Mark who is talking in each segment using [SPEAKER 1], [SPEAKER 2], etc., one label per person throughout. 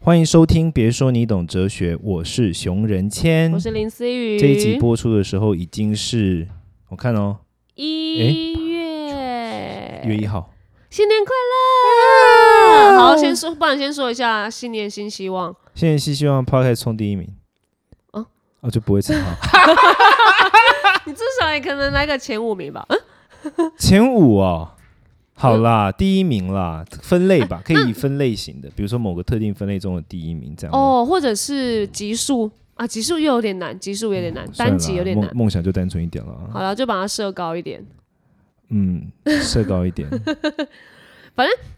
[SPEAKER 1] 欢迎收听，别说你懂哲学，我是熊仁谦
[SPEAKER 2] 我。是林思雨。
[SPEAKER 1] 这一集播出的时候已经是，我看哦，
[SPEAKER 2] 一
[SPEAKER 1] 一月啊
[SPEAKER 2] 月，
[SPEAKER 1] 一号。
[SPEAKER 2] 新年快乐！好，先说，不然先说一下新年新希望。
[SPEAKER 1] 现在是希望 Podcast 冲第一名，
[SPEAKER 2] 哦
[SPEAKER 1] 哦，哦就不会差哈。
[SPEAKER 2] 你至少也可能来个前五名吧。
[SPEAKER 1] 嗯前五哦，好啦，
[SPEAKER 2] 嗯
[SPEAKER 1] 第一名啦，分类
[SPEAKER 2] 啊
[SPEAKER 1] 吧，可以分类型的，比如说某个特定分类中的第一名这样。
[SPEAKER 2] 哦，或者是集数啊，集数又有点难，集数有点难，
[SPEAKER 1] 嗯算了啦，
[SPEAKER 2] 单集有点
[SPEAKER 1] 梦
[SPEAKER 2] 难。
[SPEAKER 1] 梦想就单纯一点了啊。
[SPEAKER 2] 好了，就把它设高一点。
[SPEAKER 1] 嗯，设高一点。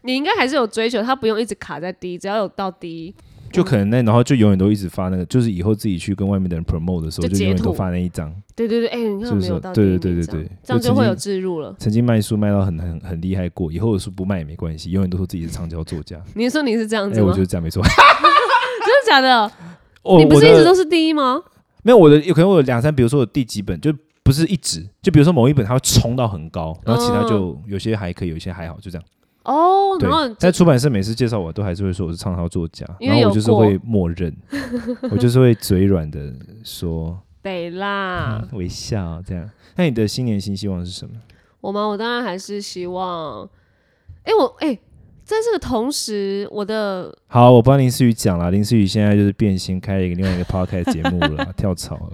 [SPEAKER 2] 你应该还是有追求，它不用一直卡在低，只要有到低，
[SPEAKER 1] 就可能那，然后就永远都一直发那个，就是以后自己去跟外面的人 promote 的时候，
[SPEAKER 2] 就
[SPEAKER 1] 就
[SPEAKER 2] 截
[SPEAKER 1] 永远都
[SPEAKER 2] 图
[SPEAKER 1] 发那一张。
[SPEAKER 2] 对对对，哎、你看
[SPEAKER 1] 是
[SPEAKER 2] 我
[SPEAKER 1] 不
[SPEAKER 2] 没
[SPEAKER 1] 是
[SPEAKER 2] 有到第一
[SPEAKER 1] 对
[SPEAKER 2] 名，
[SPEAKER 1] 对对
[SPEAKER 2] 这样
[SPEAKER 1] 对对
[SPEAKER 2] 这样
[SPEAKER 1] 就
[SPEAKER 2] 就会
[SPEAKER 1] 曾
[SPEAKER 2] 有
[SPEAKER 1] 经
[SPEAKER 2] 置入了。
[SPEAKER 1] 曾经卖书卖到很很很厉害过，以后的书不卖也没关系，永远都说自己是畅销作家。
[SPEAKER 2] 你说你是这样
[SPEAKER 1] 哎、
[SPEAKER 2] 子
[SPEAKER 1] 我
[SPEAKER 2] 吗？
[SPEAKER 1] 觉得这样没错。
[SPEAKER 2] 真的假的？
[SPEAKER 1] 哦
[SPEAKER 2] 你不
[SPEAKER 1] 我
[SPEAKER 2] 是一直
[SPEAKER 1] 的
[SPEAKER 2] 都是第一吗？
[SPEAKER 1] 没有我的，有可能我有两三，比如说我第几本就不是一直，就比如说某一本它会冲到很高，然后其他就有些还可以，有些还好，就这样。
[SPEAKER 2] 哦，
[SPEAKER 1] 对
[SPEAKER 2] 然后，
[SPEAKER 1] 在出版社每次介绍我都还是会说我是畅销作家，
[SPEAKER 2] 因
[SPEAKER 1] 然
[SPEAKER 2] 为
[SPEAKER 1] 后
[SPEAKER 2] 有
[SPEAKER 1] 我就是会默认， 我就是会嘴软的说
[SPEAKER 2] 北啦。
[SPEAKER 1] 嗯微笑这样。那你的新年新希望是什么？
[SPEAKER 2] 我吗？我当然还是希望，哎、我哎、在这个同时，我的
[SPEAKER 1] 好，我帮林思雨讲了，林思雨现在就是变心，开了一个另外一个 podcast 节目 了，跳槽了，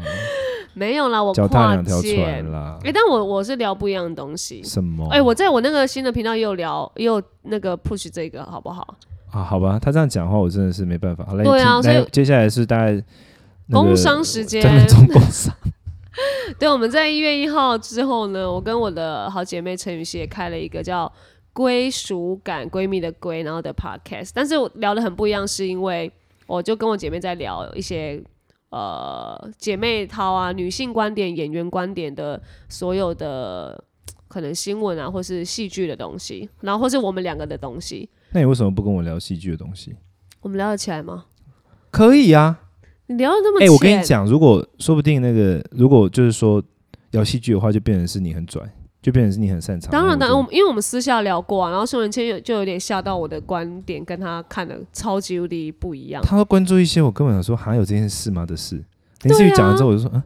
[SPEAKER 2] 没有啦，我
[SPEAKER 1] 脚踏
[SPEAKER 2] 跨
[SPEAKER 1] 两条
[SPEAKER 2] 界，
[SPEAKER 1] 船哦
[SPEAKER 2] 哎、
[SPEAKER 1] 啦。
[SPEAKER 2] 但我我是聊不一样的东西。
[SPEAKER 1] 什么？
[SPEAKER 2] 哎、我在我那个新的频道也有聊，也有那个 push 这个，好不好？
[SPEAKER 1] 啊，好吧，他这样讲话我真的是没办法。好，来，
[SPEAKER 2] 对啊
[SPEAKER 1] 接来
[SPEAKER 2] 所以
[SPEAKER 1] 接下来是大概那个
[SPEAKER 2] 工 商时间，
[SPEAKER 1] 专门中工商，
[SPEAKER 2] 对，我们在一月一号之后呢，我跟我的好姐妹陈雨希也开了一个叫“归属感”闺蜜的闺，然后的 podcast，但是我聊的很不一样，是因为我就跟我姐妹在聊一些呃姐妹淘啊、女性观点、演员观点的所有的可能新闻啊，或是戏剧的东西，然后或是我们两个的东西，
[SPEAKER 1] 那你为什么不跟我聊戏剧的东西？
[SPEAKER 2] 我们聊得起来吗？
[SPEAKER 1] 可以啊，
[SPEAKER 2] 你聊的那么
[SPEAKER 1] 哎、
[SPEAKER 2] 浅，
[SPEAKER 1] 我跟你讲，如果说不定那个，如果就是说聊戏剧的话，就变成是你很拽，就变成是你很擅长。
[SPEAKER 2] 当然，当然，我
[SPEAKER 1] 我就
[SPEAKER 2] 们因为我们私下聊过、啊，然后宋仁谦有就有点吓到我的观点，跟他看的超级无敌不一样。
[SPEAKER 1] 他会关注一些我根本想说还有这件事吗的事。林思雨讲了之后，我就说，嗯、啊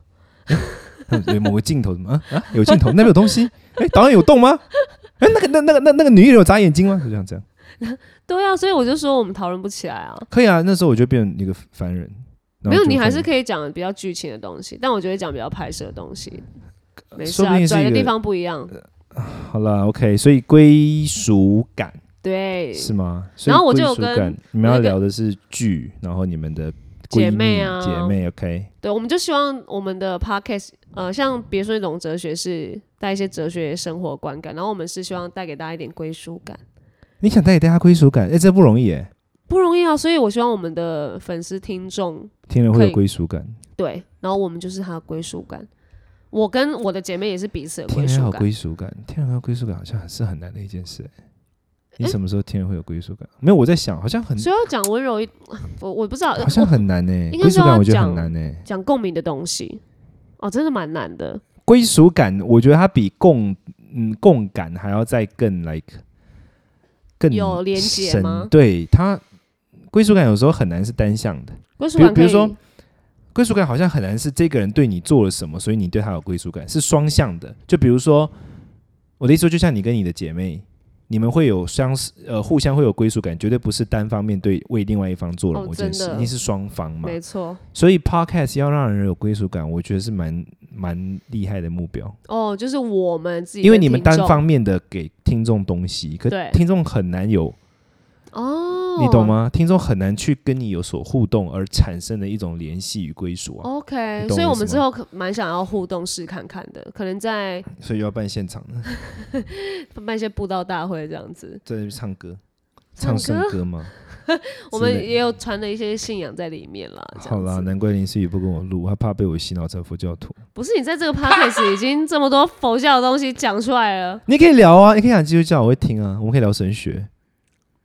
[SPEAKER 1] 诶有某个镜头什么啊啊，有镜头那边有东西， 哎、导演有动吗？哎、那个那那个那那个女演员有眨眼睛吗？就这样这样，
[SPEAKER 2] 对啊，所以我就说我们讨论不起来啊。
[SPEAKER 1] 可以啊。那时候我就变成一个凡人。然后
[SPEAKER 2] 没有，
[SPEAKER 1] 就
[SPEAKER 2] 你还
[SPEAKER 1] 会
[SPEAKER 2] 是可以讲比较剧情的东西，但我觉得讲比较拍摄的东西。没事
[SPEAKER 1] 呃说不
[SPEAKER 2] 啊，
[SPEAKER 1] 定是
[SPEAKER 2] 转
[SPEAKER 1] 一
[SPEAKER 2] 的
[SPEAKER 1] 个呃
[SPEAKER 2] 地方不一样。
[SPEAKER 1] 好了，OK，所以归属感
[SPEAKER 2] 对，
[SPEAKER 1] 是吗？所以
[SPEAKER 2] 然后我就有
[SPEAKER 1] 归属
[SPEAKER 2] 跟
[SPEAKER 1] 感你们要
[SPEAKER 2] 那个
[SPEAKER 1] 聊的是剧，然后你们的
[SPEAKER 2] 姐
[SPEAKER 1] 闺蜜
[SPEAKER 2] 妹啊
[SPEAKER 1] 姐妹 OK，
[SPEAKER 2] 对，我们就希望我们的 podcast，呃，像别说一种哲学是带一些哲学生活观感，然后我们是希望带给大家一点归属感，
[SPEAKER 1] 你想带给大家归属感，哎、这不容易哎，
[SPEAKER 2] 不容易啊。所以我希望我们的粉丝听众
[SPEAKER 1] 听了
[SPEAKER 2] 可
[SPEAKER 1] 会有
[SPEAKER 2] 以
[SPEAKER 1] 归属感，
[SPEAKER 2] 对，然后我们就是他的归属感。我跟我的姐妹也是彼此的
[SPEAKER 1] 听
[SPEAKER 2] 归
[SPEAKER 1] 人
[SPEAKER 2] 属
[SPEAKER 1] 有
[SPEAKER 2] 感。
[SPEAKER 1] 归属感，听人有归属感好像很是很难的一件事欸。你什么时候听人会有归属感？没有，我在想，好像很
[SPEAKER 2] 所以要讲温柔一，我我不知道，
[SPEAKER 1] 好像
[SPEAKER 2] 我
[SPEAKER 1] 很难呢。
[SPEAKER 2] 应该
[SPEAKER 1] 归属
[SPEAKER 2] 是
[SPEAKER 1] 感
[SPEAKER 2] 要
[SPEAKER 1] 我觉得很
[SPEAKER 2] 讲
[SPEAKER 1] 难欸呢。
[SPEAKER 2] 讲共鸣的东西，哦，真的蛮难的。
[SPEAKER 1] 归属感，我觉得它比共嗯共感还要再更 like 更
[SPEAKER 2] 有连结
[SPEAKER 1] 深
[SPEAKER 2] 吗
[SPEAKER 1] 对它归属感有时候很难是单向的。
[SPEAKER 2] 归属
[SPEAKER 1] 比如
[SPEAKER 2] 感可
[SPEAKER 1] 比
[SPEAKER 2] 以，
[SPEAKER 1] 如说归属感好像很难是这个人对你做了什么，所以你对他有归属感，是双向的。就比如说，我的意思说，就像你跟你的姐妹，你们会有相似呃互相会有归属感，绝对不是单方面对为另外一方做了
[SPEAKER 2] 哦
[SPEAKER 1] 某件事，
[SPEAKER 2] 真的
[SPEAKER 1] 一定是双方嘛。
[SPEAKER 2] 没错，
[SPEAKER 1] 所以 podcast 要让人有归属感，我觉得是蛮蛮厉害的目标，
[SPEAKER 2] 哦，就是我们自己的听众，
[SPEAKER 1] 因为你们单方面的给听众东西，可
[SPEAKER 2] 对
[SPEAKER 1] 听众很难有
[SPEAKER 2] 哦，
[SPEAKER 1] 你懂吗？听众很难去跟你有所互动而产生的一种联系与归属啊，
[SPEAKER 2] ？OK，
[SPEAKER 1] 你懂
[SPEAKER 2] 所以
[SPEAKER 1] 我
[SPEAKER 2] 我
[SPEAKER 1] 意
[SPEAKER 2] 们
[SPEAKER 1] 思
[SPEAKER 2] 之
[SPEAKER 1] 吗
[SPEAKER 2] 后可蛮想要互动试看看的，可能在
[SPEAKER 1] 所以要办现场的。
[SPEAKER 2] 办一些布道大会这样子。
[SPEAKER 1] 在那边唱歌，
[SPEAKER 2] 唱
[SPEAKER 1] 唱
[SPEAKER 2] 歌
[SPEAKER 1] 圣歌吗？
[SPEAKER 2] 我们
[SPEAKER 1] 之类
[SPEAKER 2] 也有传了一些信仰在里面啦。这样
[SPEAKER 1] 好啦，
[SPEAKER 2] 子
[SPEAKER 1] 难怪林思雨不跟我录，他怕被我洗脑成佛教徒。
[SPEAKER 2] 不是你在这个 podcast 已经这么多佛教的东西讲出来了。
[SPEAKER 1] 你可以聊啊，你可以讲基督教，我会听啊，我们可以聊神学，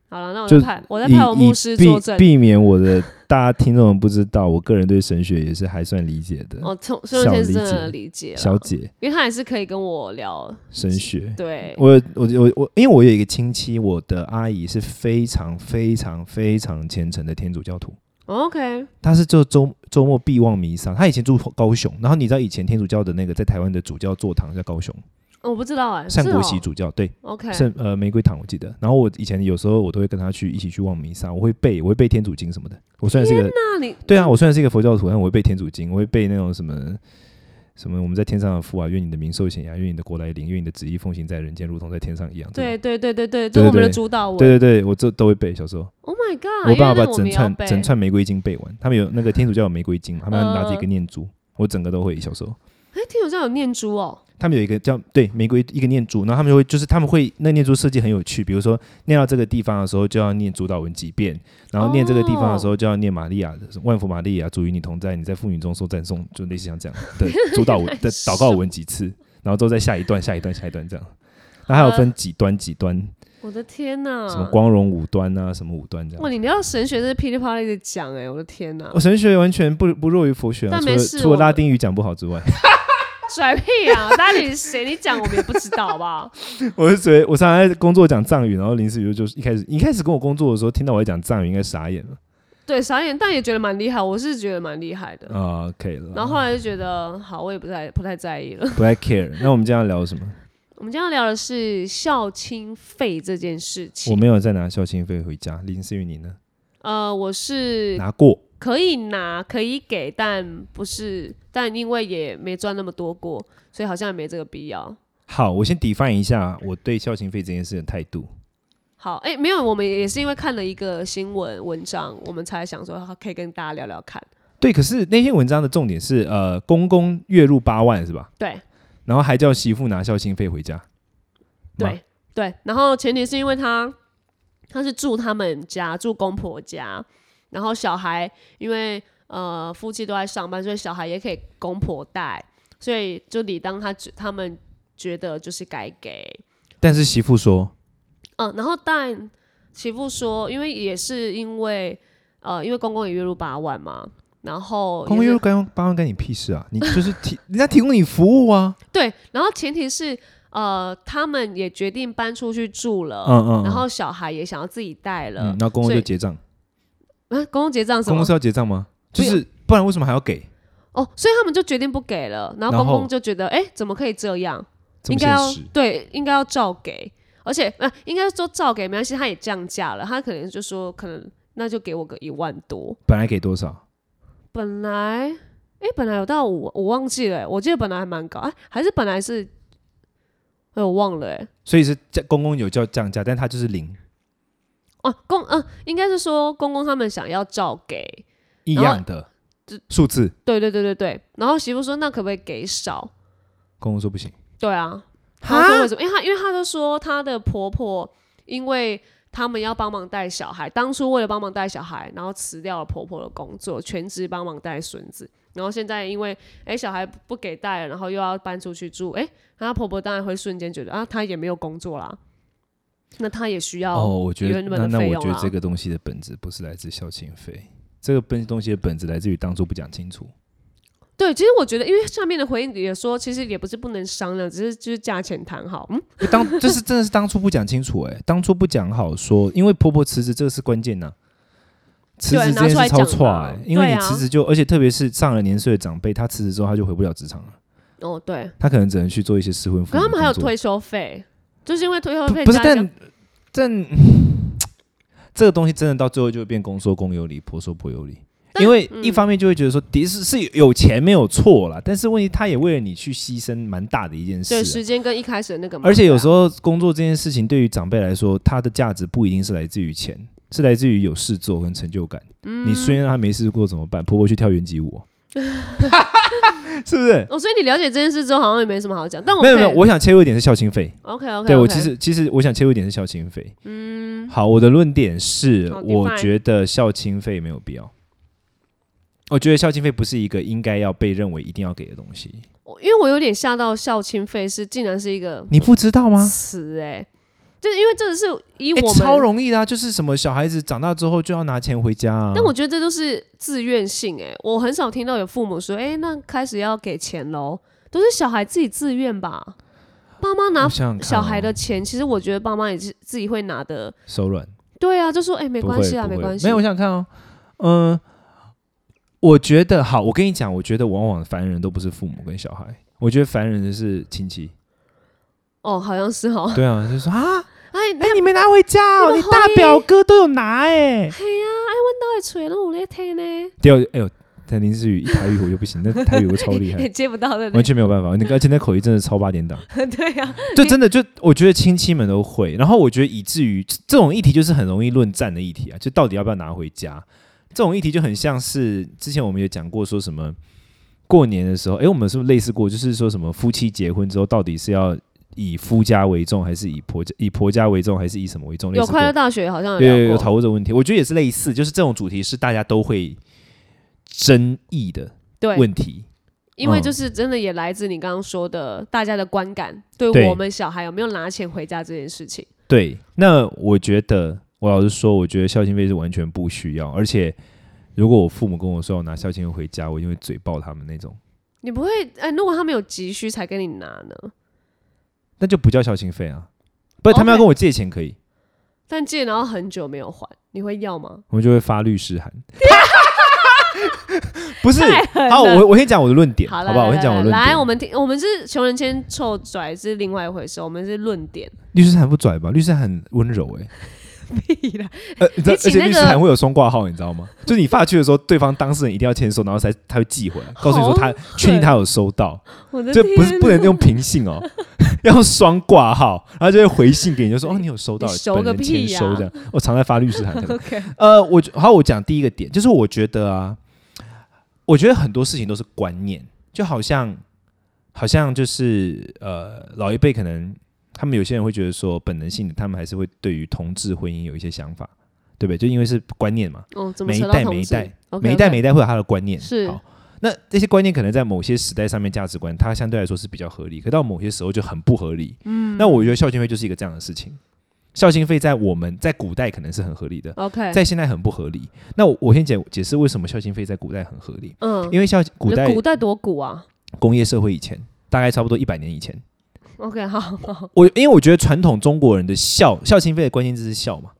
[SPEAKER 2] 好了，那我
[SPEAKER 1] 就
[SPEAKER 2] 就派我在
[SPEAKER 1] 以
[SPEAKER 2] 派我牧师
[SPEAKER 1] 以避
[SPEAKER 2] 作证。
[SPEAKER 1] 避免我的大家听众们不知道，我个人对神学也是还算理解的。
[SPEAKER 2] 哦，从孙文先生
[SPEAKER 1] 小理
[SPEAKER 2] 真
[SPEAKER 1] 解
[SPEAKER 2] 的理解
[SPEAKER 1] 小
[SPEAKER 2] 了，
[SPEAKER 1] 姐，
[SPEAKER 2] 因为他也是可以跟我聊，
[SPEAKER 1] 神学，
[SPEAKER 2] 对，
[SPEAKER 1] 我有我我我，因为我有一个亲戚，我的阿姨是非常非常非常虔诚的天主教徒。
[SPEAKER 2] 哦 OK，
[SPEAKER 1] 她是就周周末必望弥撒，她以前住高雄，然后你知道以前天主教的那个在台湾的主教座堂在高雄，
[SPEAKER 2] 哦我不知道哎，
[SPEAKER 1] 善
[SPEAKER 2] 是
[SPEAKER 1] 国
[SPEAKER 2] 哦
[SPEAKER 1] 喜主教，对，
[SPEAKER 2] OK，
[SPEAKER 1] 圣呃玫瑰堂我记得。然后我以前有时候我都会跟她去一起去望弥撒，我会背我会背天主经什么的。我虽然是一个
[SPEAKER 2] 那你
[SPEAKER 1] 对啊，我虽然是一个佛教徒，但我会背天主经，我会背那种什么什么我们在天上的父啊，愿你的名受显扬，愿你的国来临，愿你的旨意奉行在人间，如同在天上一样。这种
[SPEAKER 2] 对对对对对，这是我们
[SPEAKER 1] 对
[SPEAKER 2] 的
[SPEAKER 1] 对
[SPEAKER 2] 主导文。
[SPEAKER 1] 对对对，我这都会背。小时候，
[SPEAKER 2] Oh my god！
[SPEAKER 1] 我
[SPEAKER 2] 因为
[SPEAKER 1] 爸爸
[SPEAKER 2] 那我
[SPEAKER 1] 把整
[SPEAKER 2] 们也要
[SPEAKER 1] 串
[SPEAKER 2] 背
[SPEAKER 1] 整串玫瑰经背完，他们有那个天主教有玫瑰经嘛，他们要拿着一个
[SPEAKER 2] 嗯
[SPEAKER 1] 念珠，我整个都会。小时候，
[SPEAKER 2] 哎，天主教有念珠哦，
[SPEAKER 1] 他们有一个叫对玫瑰一个念珠，然后他们就会就是他们会那念珠设计很有趣，比如说念到这个地方的时候就要念主导文几遍，然后念这个地方的时候就要念玛利亚的万福玛利亚，主与你同在，你在妇女中受赞颂，就类似像这样 的主导文的祷告文几次，然后之后再下一段下一段下一段这样，然后还有分几端几端，
[SPEAKER 2] 我的天哪！
[SPEAKER 1] 什么光荣五端啊，什么五端这
[SPEAKER 2] 哇，
[SPEAKER 1] 样。
[SPEAKER 2] 你聊神学真是噼里啪啦一直讲哎，我的天哪
[SPEAKER 1] 我！神学完全不不弱于佛学、啊，
[SPEAKER 2] 但
[SPEAKER 1] 除
[SPEAKER 2] 没
[SPEAKER 1] 了
[SPEAKER 2] 事
[SPEAKER 1] 除
[SPEAKER 2] 我
[SPEAKER 1] 了拉
[SPEAKER 2] 们
[SPEAKER 1] 丁语讲不好之 外，
[SPEAKER 2] 甩屁啊！到底是谁你讲我们也不知道，好不好？
[SPEAKER 1] 我是觉得我常常在工作讲藏语，然后林思雨就是一开始一开始跟我工作的时候，听到我在讲藏语，应该傻眼了
[SPEAKER 2] 对，傻眼，但也觉得蛮厉害，我是觉得蛮厉害的。
[SPEAKER 1] 啊，可以了，
[SPEAKER 2] 嗯然后后来就觉得好，我也不太不太在意了。
[SPEAKER 1] 不太 care。那我们今天要聊什么？
[SPEAKER 2] 我们今天要聊的是校清费这件事
[SPEAKER 1] 我
[SPEAKER 2] 情。
[SPEAKER 1] 没有再拿孝心费回家，林思雨你呢？
[SPEAKER 2] 呃，我是
[SPEAKER 1] 拿过，
[SPEAKER 2] 可以拿，可以给，但不是，但因为也没赚那么多过，所以好像也没这个必要。
[SPEAKER 1] 好，我先 define 一下我对孝心费这件事的态度。
[SPEAKER 2] 好，哎、没有，我们也是因为看了一个新闻文章，我们才想说好可以跟大家聊聊看。
[SPEAKER 1] 对，可是那篇文章的重点是，呃，公公月入八万是吧？
[SPEAKER 2] 对
[SPEAKER 1] 然后还叫媳妇拿孝心费回家。
[SPEAKER 2] 对
[SPEAKER 1] 吗
[SPEAKER 2] 对，然后前提是因为他他是住他们家，住公婆家，然后小孩因为呃夫妻都在上班，所以小孩也可以公婆带，所以就理当他觉他们觉得就是该给，
[SPEAKER 1] 但是媳妇说，
[SPEAKER 2] 嗯，然后但媳妇说，因为也是因为呃，因为公公也月入八万嘛，然后
[SPEAKER 1] 公公
[SPEAKER 2] 哦也是
[SPEAKER 1] 月入干八万干你屁事啊？你就是提人家提供你服务啊。
[SPEAKER 2] 对，然后前提是呃，他们也决定搬出去住了，
[SPEAKER 1] 嗯嗯嗯
[SPEAKER 2] 然后小孩也想要自己带
[SPEAKER 1] 嗯，
[SPEAKER 2] 了
[SPEAKER 1] 然，后公公
[SPEAKER 2] 所
[SPEAKER 1] 就
[SPEAKER 2] 以
[SPEAKER 1] 结账。
[SPEAKER 2] 啊公公结账什
[SPEAKER 1] 公
[SPEAKER 2] 么
[SPEAKER 1] 公是？要结账吗？
[SPEAKER 2] 不
[SPEAKER 1] 就
[SPEAKER 2] 用
[SPEAKER 1] 是不然为什么还要给？
[SPEAKER 2] 哦，所以他们就决定不给了，然后
[SPEAKER 1] 然
[SPEAKER 2] 公公
[SPEAKER 1] 后
[SPEAKER 2] 就觉得，哎，怎么可以这样？
[SPEAKER 1] 这
[SPEAKER 2] 应
[SPEAKER 1] 么现
[SPEAKER 2] 该要
[SPEAKER 1] 实？
[SPEAKER 2] 对，应该要照给，而且呃，应该说照给没关系，他也降价了，他可能就说可能那就给我个一万多，
[SPEAKER 1] 本来给多少？
[SPEAKER 2] 本来，哎、本来有到五，我忘记了、诶我记得本来还蛮高，哎、还是本来是，哎、我忘了、诶
[SPEAKER 1] 所以是降公公有叫降价，但他就是零，
[SPEAKER 2] 哦、公，嗯、应该是说公公他们想要照给，
[SPEAKER 1] 一样的数字。
[SPEAKER 2] 对对对对对，然后媳妇说那可不可以给少？
[SPEAKER 1] 公公说不行，
[SPEAKER 2] 对啊，他说为什么？因为他因为他就说她的婆婆因为。他们要帮忙带小孩，当初为了帮忙带小孩，然后辞掉了婆婆的工作，全职帮忙带孙子。然后现在因为哎、诶小孩不给带了，然后又要搬出去住，哎、她婆婆当然会瞬间觉得啊，她也没有工作啦，那她也需要
[SPEAKER 1] 哦，我觉得
[SPEAKER 2] 原本
[SPEAKER 1] 那
[SPEAKER 2] 的
[SPEAKER 1] 那
[SPEAKER 2] 费
[SPEAKER 1] 我
[SPEAKER 2] 用
[SPEAKER 1] 觉得
[SPEAKER 2] 啦
[SPEAKER 1] 这个东西的本质不是来自孝亲费，这个本东西的本质来自于当初不讲清楚。
[SPEAKER 2] 对，其实我觉得，因为上面的回应也说，其实也不是不能商量，只是就是价钱谈好。嗯，
[SPEAKER 1] 当 这是真的是当初不讲清楚、哎，当初不讲好说，因为婆婆辞职这个是关键呐、辞
[SPEAKER 2] 对
[SPEAKER 1] 职这件
[SPEAKER 2] 拿
[SPEAKER 1] 事
[SPEAKER 2] 出来
[SPEAKER 1] 超
[SPEAKER 2] 讲
[SPEAKER 1] 错
[SPEAKER 2] 嘛
[SPEAKER 1] 哎、因为
[SPEAKER 2] 对
[SPEAKER 1] 你
[SPEAKER 2] 啊
[SPEAKER 1] 辞职就，而且特别是上了年岁的长辈，他辞职之后他就回不了职场了，
[SPEAKER 2] 哦，对，
[SPEAKER 1] 他可能只能去做一些失婚妇
[SPEAKER 2] 可
[SPEAKER 1] 女的
[SPEAKER 2] 他
[SPEAKER 1] 工作。
[SPEAKER 2] 们还有退休费，就是因为退休
[SPEAKER 1] 不
[SPEAKER 2] 费
[SPEAKER 1] 不是，
[SPEAKER 2] 加一加
[SPEAKER 1] 但但 这个东西真的到最后就会变公说公有理，婆说婆有理。
[SPEAKER 2] 但嗯
[SPEAKER 1] 因为一方面就会觉得说，的是是有钱没有错啦，但是问题他也为了你去牺牲蛮大的一件事、
[SPEAKER 2] 对
[SPEAKER 1] 啊
[SPEAKER 2] 时，间跟一开始的那个嘛，
[SPEAKER 1] 而且有
[SPEAKER 2] 对啊
[SPEAKER 1] 时候工作这件事情对于长辈来说，它的价值不一定是来自于钱，是来自于有事做跟成就感。
[SPEAKER 2] 嗯
[SPEAKER 1] 你虽然他没事做怎么办？婆婆去跳原级舞 哦、是不 是？
[SPEAKER 2] 哦，所以你了解这件事之后，好像也没什么好讲。但我
[SPEAKER 1] 没有
[SPEAKER 2] 可
[SPEAKER 1] 没
[SPEAKER 2] 以
[SPEAKER 1] 有，我想切入一点是孝心费。
[SPEAKER 2] OK OK，
[SPEAKER 1] 对我其实其实我想切入一点是孝亲费。嗯，好，我的论点是
[SPEAKER 2] 好，
[SPEAKER 1] 我
[SPEAKER 2] define
[SPEAKER 1] 觉得孝亲费没有必要。我觉得孝亲费不是一个应该要被认为一定要给的东西，
[SPEAKER 2] 因为我有点吓到，校庆费是竟然是一个
[SPEAKER 1] 你不知道吗？
[SPEAKER 2] 词哎、就是因为这是以
[SPEAKER 1] 诶
[SPEAKER 2] 我
[SPEAKER 1] 啊超
[SPEAKER 2] 们，
[SPEAKER 1] 容易的、啊，就是什么小孩子长大之后就要拿钱回家啊。
[SPEAKER 2] 但我觉得这都是自愿性、哎，我很少听到有父母说，哎、那开始要给钱喽，都是小孩自己自愿吧。爸妈拿
[SPEAKER 1] 我想想看
[SPEAKER 2] 小孩
[SPEAKER 1] 哦
[SPEAKER 2] 的钱，其实我觉得爸妈也是自己会拿的。
[SPEAKER 1] 手软，
[SPEAKER 2] 对啊，就说哎、没
[SPEAKER 1] 不
[SPEAKER 2] 关
[SPEAKER 1] 会
[SPEAKER 2] 系啊，
[SPEAKER 1] 不
[SPEAKER 2] 没
[SPEAKER 1] 会
[SPEAKER 2] 关系。
[SPEAKER 1] 没有，我想看哦，嗯、我觉得好，我跟你讲，我觉得往往烦人都不是父母跟小孩，我觉得烦人的是亲戚。
[SPEAKER 2] 哦，好像是哦。
[SPEAKER 1] 对啊，就说啊，
[SPEAKER 2] 哎，
[SPEAKER 1] 哎、你没拿回家哦，
[SPEAKER 2] 那个
[SPEAKER 1] 你大表哥都有拿哎、
[SPEAKER 2] 系啊，哎，阮兜会揣拢有咧听呢，
[SPEAKER 1] 第二，哎呦，谭林思雨一台语我就不行， 那台语我超厉害
[SPEAKER 2] 也，接不到的
[SPEAKER 1] 完
[SPEAKER 2] 呢。
[SPEAKER 1] 全没有办法，那 个而且那口音真的超八点 档。
[SPEAKER 2] 对啊，
[SPEAKER 1] 就真的就我觉得亲戚们都会，然后我觉得以至于这种议题就是很容易论战的议题啊，就到底要不要拿回家，这种议题就很像是之前我们有讲过说什么过年的时候，诶，哎我们是不是类似过，就是说什么夫妻结婚之后到底是要以夫家为重，还是以婆家以婆家为重，还是以什么为重？类
[SPEAKER 2] 有
[SPEAKER 1] 似过
[SPEAKER 2] 快乐大学好像有
[SPEAKER 1] 有有
[SPEAKER 2] 聊
[SPEAKER 1] 有
[SPEAKER 2] 过，
[SPEAKER 1] 讨论这个问题，我觉得也是类似，就是这种主题是大家都会争议的
[SPEAKER 2] 对，
[SPEAKER 1] 问题。
[SPEAKER 2] 因为
[SPEAKER 1] 嗯
[SPEAKER 2] 就是真的也来自你刚刚说的大家的观感，对
[SPEAKER 1] 对
[SPEAKER 2] 我们小孩有没有拿钱回家这件事情。
[SPEAKER 1] 对，那我觉得，我老实说，我觉得孝心费是完全不需要，而且如果我父母跟我说我拿孝心费回家，我一定会嘴爆他们那种，
[SPEAKER 2] 你不会哎，如果他们有急需才跟你拿呢，
[SPEAKER 1] 那就不叫孝心费啊。不，他们要
[SPEAKER 2] OK
[SPEAKER 1] 跟我借钱可以，
[SPEAKER 2] 但借然后很久没有还，你会要吗？
[SPEAKER 1] 我们就会发律师 函。不是，
[SPEAKER 2] 太狠
[SPEAKER 1] 好，
[SPEAKER 2] 了
[SPEAKER 1] 我我先讲我的论点，
[SPEAKER 2] 好
[SPEAKER 1] 好
[SPEAKER 2] 了，
[SPEAKER 1] 不好？我
[SPEAKER 2] 来
[SPEAKER 1] 先讲我
[SPEAKER 2] 来
[SPEAKER 1] 的论
[SPEAKER 2] 来，我
[SPEAKER 1] 点。
[SPEAKER 2] 们听，我们是穷人千臭拽是另外一回事，我们是论点。
[SPEAKER 1] 律师函不拽吧？律师函很温柔哎、
[SPEAKER 2] 屁啦
[SPEAKER 1] 呃，你知道
[SPEAKER 2] 你
[SPEAKER 1] 而
[SPEAKER 2] 请
[SPEAKER 1] 且
[SPEAKER 2] 那
[SPEAKER 1] 律师
[SPEAKER 2] 个
[SPEAKER 1] 函会有双挂号，你知 道吗？就你发去的时候，对方当事人一定要签收，然后才他会寄回来，
[SPEAKER 2] 哦
[SPEAKER 1] 告诉你说他
[SPEAKER 2] 好
[SPEAKER 1] 确定他有收到。
[SPEAKER 2] 我的
[SPEAKER 1] 这
[SPEAKER 2] 天
[SPEAKER 1] 不是不
[SPEAKER 2] 哪
[SPEAKER 1] 能用平信哦， 要用双挂号，然后就会回信给你，就说哦，你有收到
[SPEAKER 2] 你，熟
[SPEAKER 1] 本
[SPEAKER 2] 个
[SPEAKER 1] 人
[SPEAKER 2] 屁
[SPEAKER 1] 签
[SPEAKER 2] 呀
[SPEAKER 1] 收这样。我常在发律师函的。
[SPEAKER 2] OK，
[SPEAKER 1] 呃，我觉好，我讲第一个点，就是我觉得啊，我觉得很多事情都是观念，就好像好像就是呃，老一辈可能他们有些人会觉得说，本能性的他们还是会对于同志婚姻有一些想法，对不对？就因为是观念嘛，
[SPEAKER 2] 哦，怎么
[SPEAKER 1] 每一
[SPEAKER 2] 扯到
[SPEAKER 1] 代
[SPEAKER 2] 同
[SPEAKER 1] 每一
[SPEAKER 2] 志
[SPEAKER 1] 代
[SPEAKER 2] ？OK，
[SPEAKER 1] 每一代
[SPEAKER 2] OK
[SPEAKER 1] 每一代会有他的观念，
[SPEAKER 2] 是
[SPEAKER 1] 好。那这些观念可能在某些时代上面价值观，它相对来说是比较合理，可到某些时候就很不合理。嗯，那我觉得孝心费就是一个这样的事情。孝心费在我们在古代可能是很合理的，
[SPEAKER 2] OK，
[SPEAKER 1] 在现在很不合理。那我我先解解释为什么孝心费在古代很合理，
[SPEAKER 2] 嗯，
[SPEAKER 1] 因为孝古
[SPEAKER 2] 那
[SPEAKER 1] 代
[SPEAKER 2] 古代多古啊
[SPEAKER 1] 工业社会以前，大概差不多一百年以前，
[SPEAKER 2] ？OK，好，好
[SPEAKER 1] 我因为我觉得传统中国人的孝孝心费的关键字是孝嘛，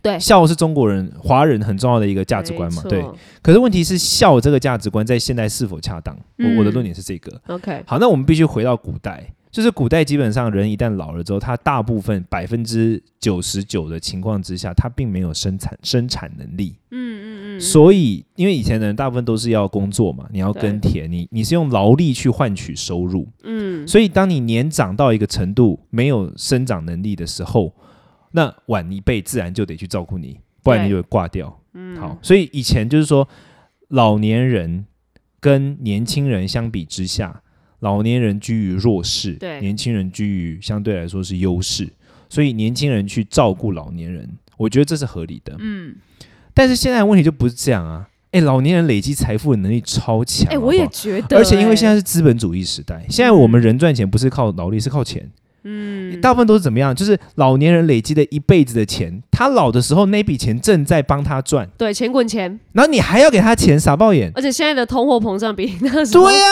[SPEAKER 2] 对
[SPEAKER 1] 孝是中国人华人很重要的一个价值观嘛，
[SPEAKER 2] 没
[SPEAKER 1] 对。
[SPEAKER 2] 错
[SPEAKER 1] 可是问题是，孝这个价值观在现代是否恰当？
[SPEAKER 2] 嗯
[SPEAKER 1] 我我的论点是这个。
[SPEAKER 2] ，OK，
[SPEAKER 1] 好，那我们必须回到古代，就是古代基本上人一旦老了之后，他大部分百分之九十九的情况之下，他并没有生产生产能力。
[SPEAKER 2] 嗯嗯嗯，
[SPEAKER 1] 所以，因为以前的人大部分都是要工作嘛，你要
[SPEAKER 2] 对
[SPEAKER 1] 耕田，你你是用劳力去换取收入。
[SPEAKER 2] 嗯，
[SPEAKER 1] 所以，当你年长到一个程度，没有生长能力的时候，那晚一辈自然就得去照顾你，不然
[SPEAKER 2] 对
[SPEAKER 1] 你就会挂掉。嗯，好，所以以前就是说，老年人跟年轻人相比之下，老年人居于弱势，
[SPEAKER 2] 对
[SPEAKER 1] 年轻人居于相对来说是优势，所以年轻人去照顾老年人，我觉得这是合理的。
[SPEAKER 2] 嗯，
[SPEAKER 1] 但是现在的问题就不是这样啊，哎，老年人累积财富的能力超强，
[SPEAKER 2] 哎，
[SPEAKER 1] 好不
[SPEAKER 2] 我也
[SPEAKER 1] 好
[SPEAKER 2] 觉得，哎
[SPEAKER 1] 而且因为现在
[SPEAKER 2] 在，
[SPEAKER 1] 是资本主义时代，现在我们人赚钱不是靠劳力，是靠钱。
[SPEAKER 2] 嗯，
[SPEAKER 1] 大部分都是怎么样？就是老年人累积的一辈子的钱，他老的时候那笔钱正在帮他赚，
[SPEAKER 2] 对钱滚钱，
[SPEAKER 1] 然后你还要给他钱，傻爆眼。
[SPEAKER 2] 而且现在的通货膨胀比那时候
[SPEAKER 1] 对呀、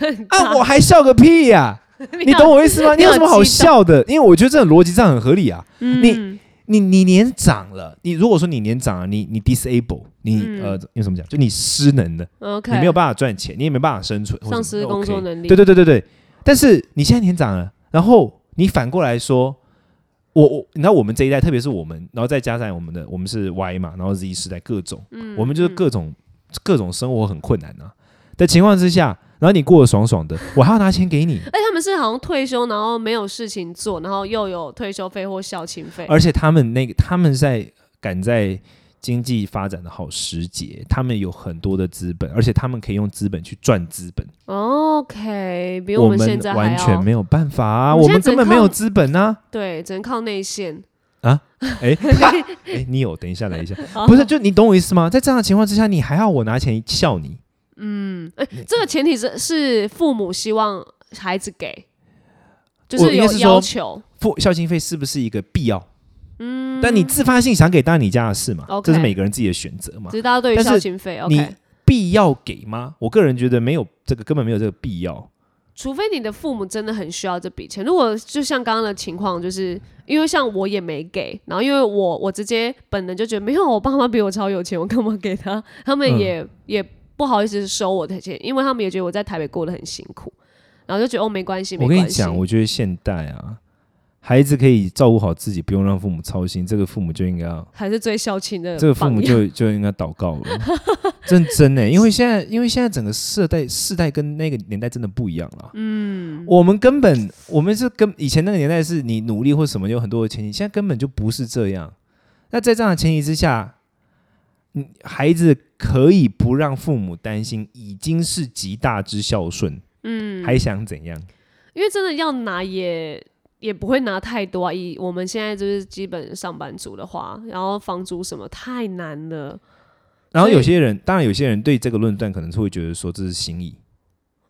[SPEAKER 2] 更
[SPEAKER 1] 啊，
[SPEAKER 2] 大，
[SPEAKER 1] 我还笑个屁呀、你懂我意思吗？
[SPEAKER 2] 你
[SPEAKER 1] 你
[SPEAKER 2] 好
[SPEAKER 1] 有什么好笑的？因为我觉得这种逻辑上很合理啊。
[SPEAKER 2] 嗯，
[SPEAKER 1] 你你年长了，你如果说你年长了，你你 disable，你、
[SPEAKER 2] 嗯
[SPEAKER 1] 呃用什么讲？就你失能了，
[SPEAKER 2] 你 OK，
[SPEAKER 1] 你没有办法赚钱，你也没办法生存，
[SPEAKER 2] 丧失工作
[SPEAKER 1] OK
[SPEAKER 2] 能力，
[SPEAKER 1] 对对对对对。但是你现在年长了，然后你反过来说，我我，你知道我们这一代，特别是我们，然后再加上我们的，我们是 Y 嘛，然后 Z 时代各种，
[SPEAKER 2] 嗯
[SPEAKER 1] 我们就是各种、各种生活很困难啊的情况之下，然后你过得爽爽的，我还要拿钱给你，
[SPEAKER 2] 哎，他们是好像退休，然后没有事情做，然后又有退休费或孝亲费，
[SPEAKER 1] 而且他们那个他们在赶在。经济发展的好时节，他们有很多的资本，而且他们可以用资本去赚资本。
[SPEAKER 2] OK，比
[SPEAKER 1] 我
[SPEAKER 2] 们现在还
[SPEAKER 1] 完全
[SPEAKER 2] 要
[SPEAKER 1] 没有办法啊，
[SPEAKER 2] 我们
[SPEAKER 1] 我
[SPEAKER 2] 现在
[SPEAKER 1] 们
[SPEAKER 2] 只
[SPEAKER 1] 根本没
[SPEAKER 2] 靠
[SPEAKER 1] 有资本啊。
[SPEAKER 2] 对，只能靠内线，
[SPEAKER 1] 哎、 哈哎，你有？等一下，来一下，不是，就你懂我意思吗？在这样的情况之下，你还要我拿钱笑你？
[SPEAKER 2] 这个前提是是父母希望孩子给，就
[SPEAKER 1] 我
[SPEAKER 2] 是
[SPEAKER 1] 应该
[SPEAKER 2] 有
[SPEAKER 1] 是说
[SPEAKER 2] 要求，
[SPEAKER 1] 付孝心费是不是一个必要？嗯，但你自发性想给，当然你家的事嘛
[SPEAKER 2] OK
[SPEAKER 1] 这是每个人自己的选择嘛
[SPEAKER 2] 只。是大家对于
[SPEAKER 1] 但是
[SPEAKER 2] 孝心费
[SPEAKER 1] 你
[SPEAKER 2] ，OK，
[SPEAKER 1] 必要给吗？我个人觉得没有这个，根本没有这个必要。
[SPEAKER 2] 除非你的父母真的很需要这笔钱。如果就像刚刚的情况，就是因为像我也没给，然后因为我我直接本能就觉得没有，我爸妈比我超有钱，我干嘛给他？他们也、
[SPEAKER 1] 嗯
[SPEAKER 2] 也不好意思收我的钱，因为他们也觉得我在台北过得很辛苦，然后就觉得哦没关系，没
[SPEAKER 1] 我跟你
[SPEAKER 2] 关系。
[SPEAKER 1] 讲，我觉得现代啊，孩子可以照顾好自己，不用让父母操心，这个父母就应该要
[SPEAKER 2] 还是最孝亲的
[SPEAKER 1] 这个父母
[SPEAKER 2] 榜样
[SPEAKER 1] 就就应该祷告了，认真呢、因为现在因为现在整个世代世代跟那个年代真的不一样了。嗯，我们根本我们是跟以前那个年代是你努力或什么有很多的前提，现在根本就不是这样。那在这样的前提之下，嗯，孩子可以不让父母担心，已经是极大之孝顺。嗯，还想怎样？
[SPEAKER 2] 因为真的要拿也也不会拿太多啊。以我们现在就是基本上班族的话，然后房租什么太难了。
[SPEAKER 1] 然后
[SPEAKER 2] 所以
[SPEAKER 1] 有些人，当然有些人对这个论断可能是会觉得说这是心意，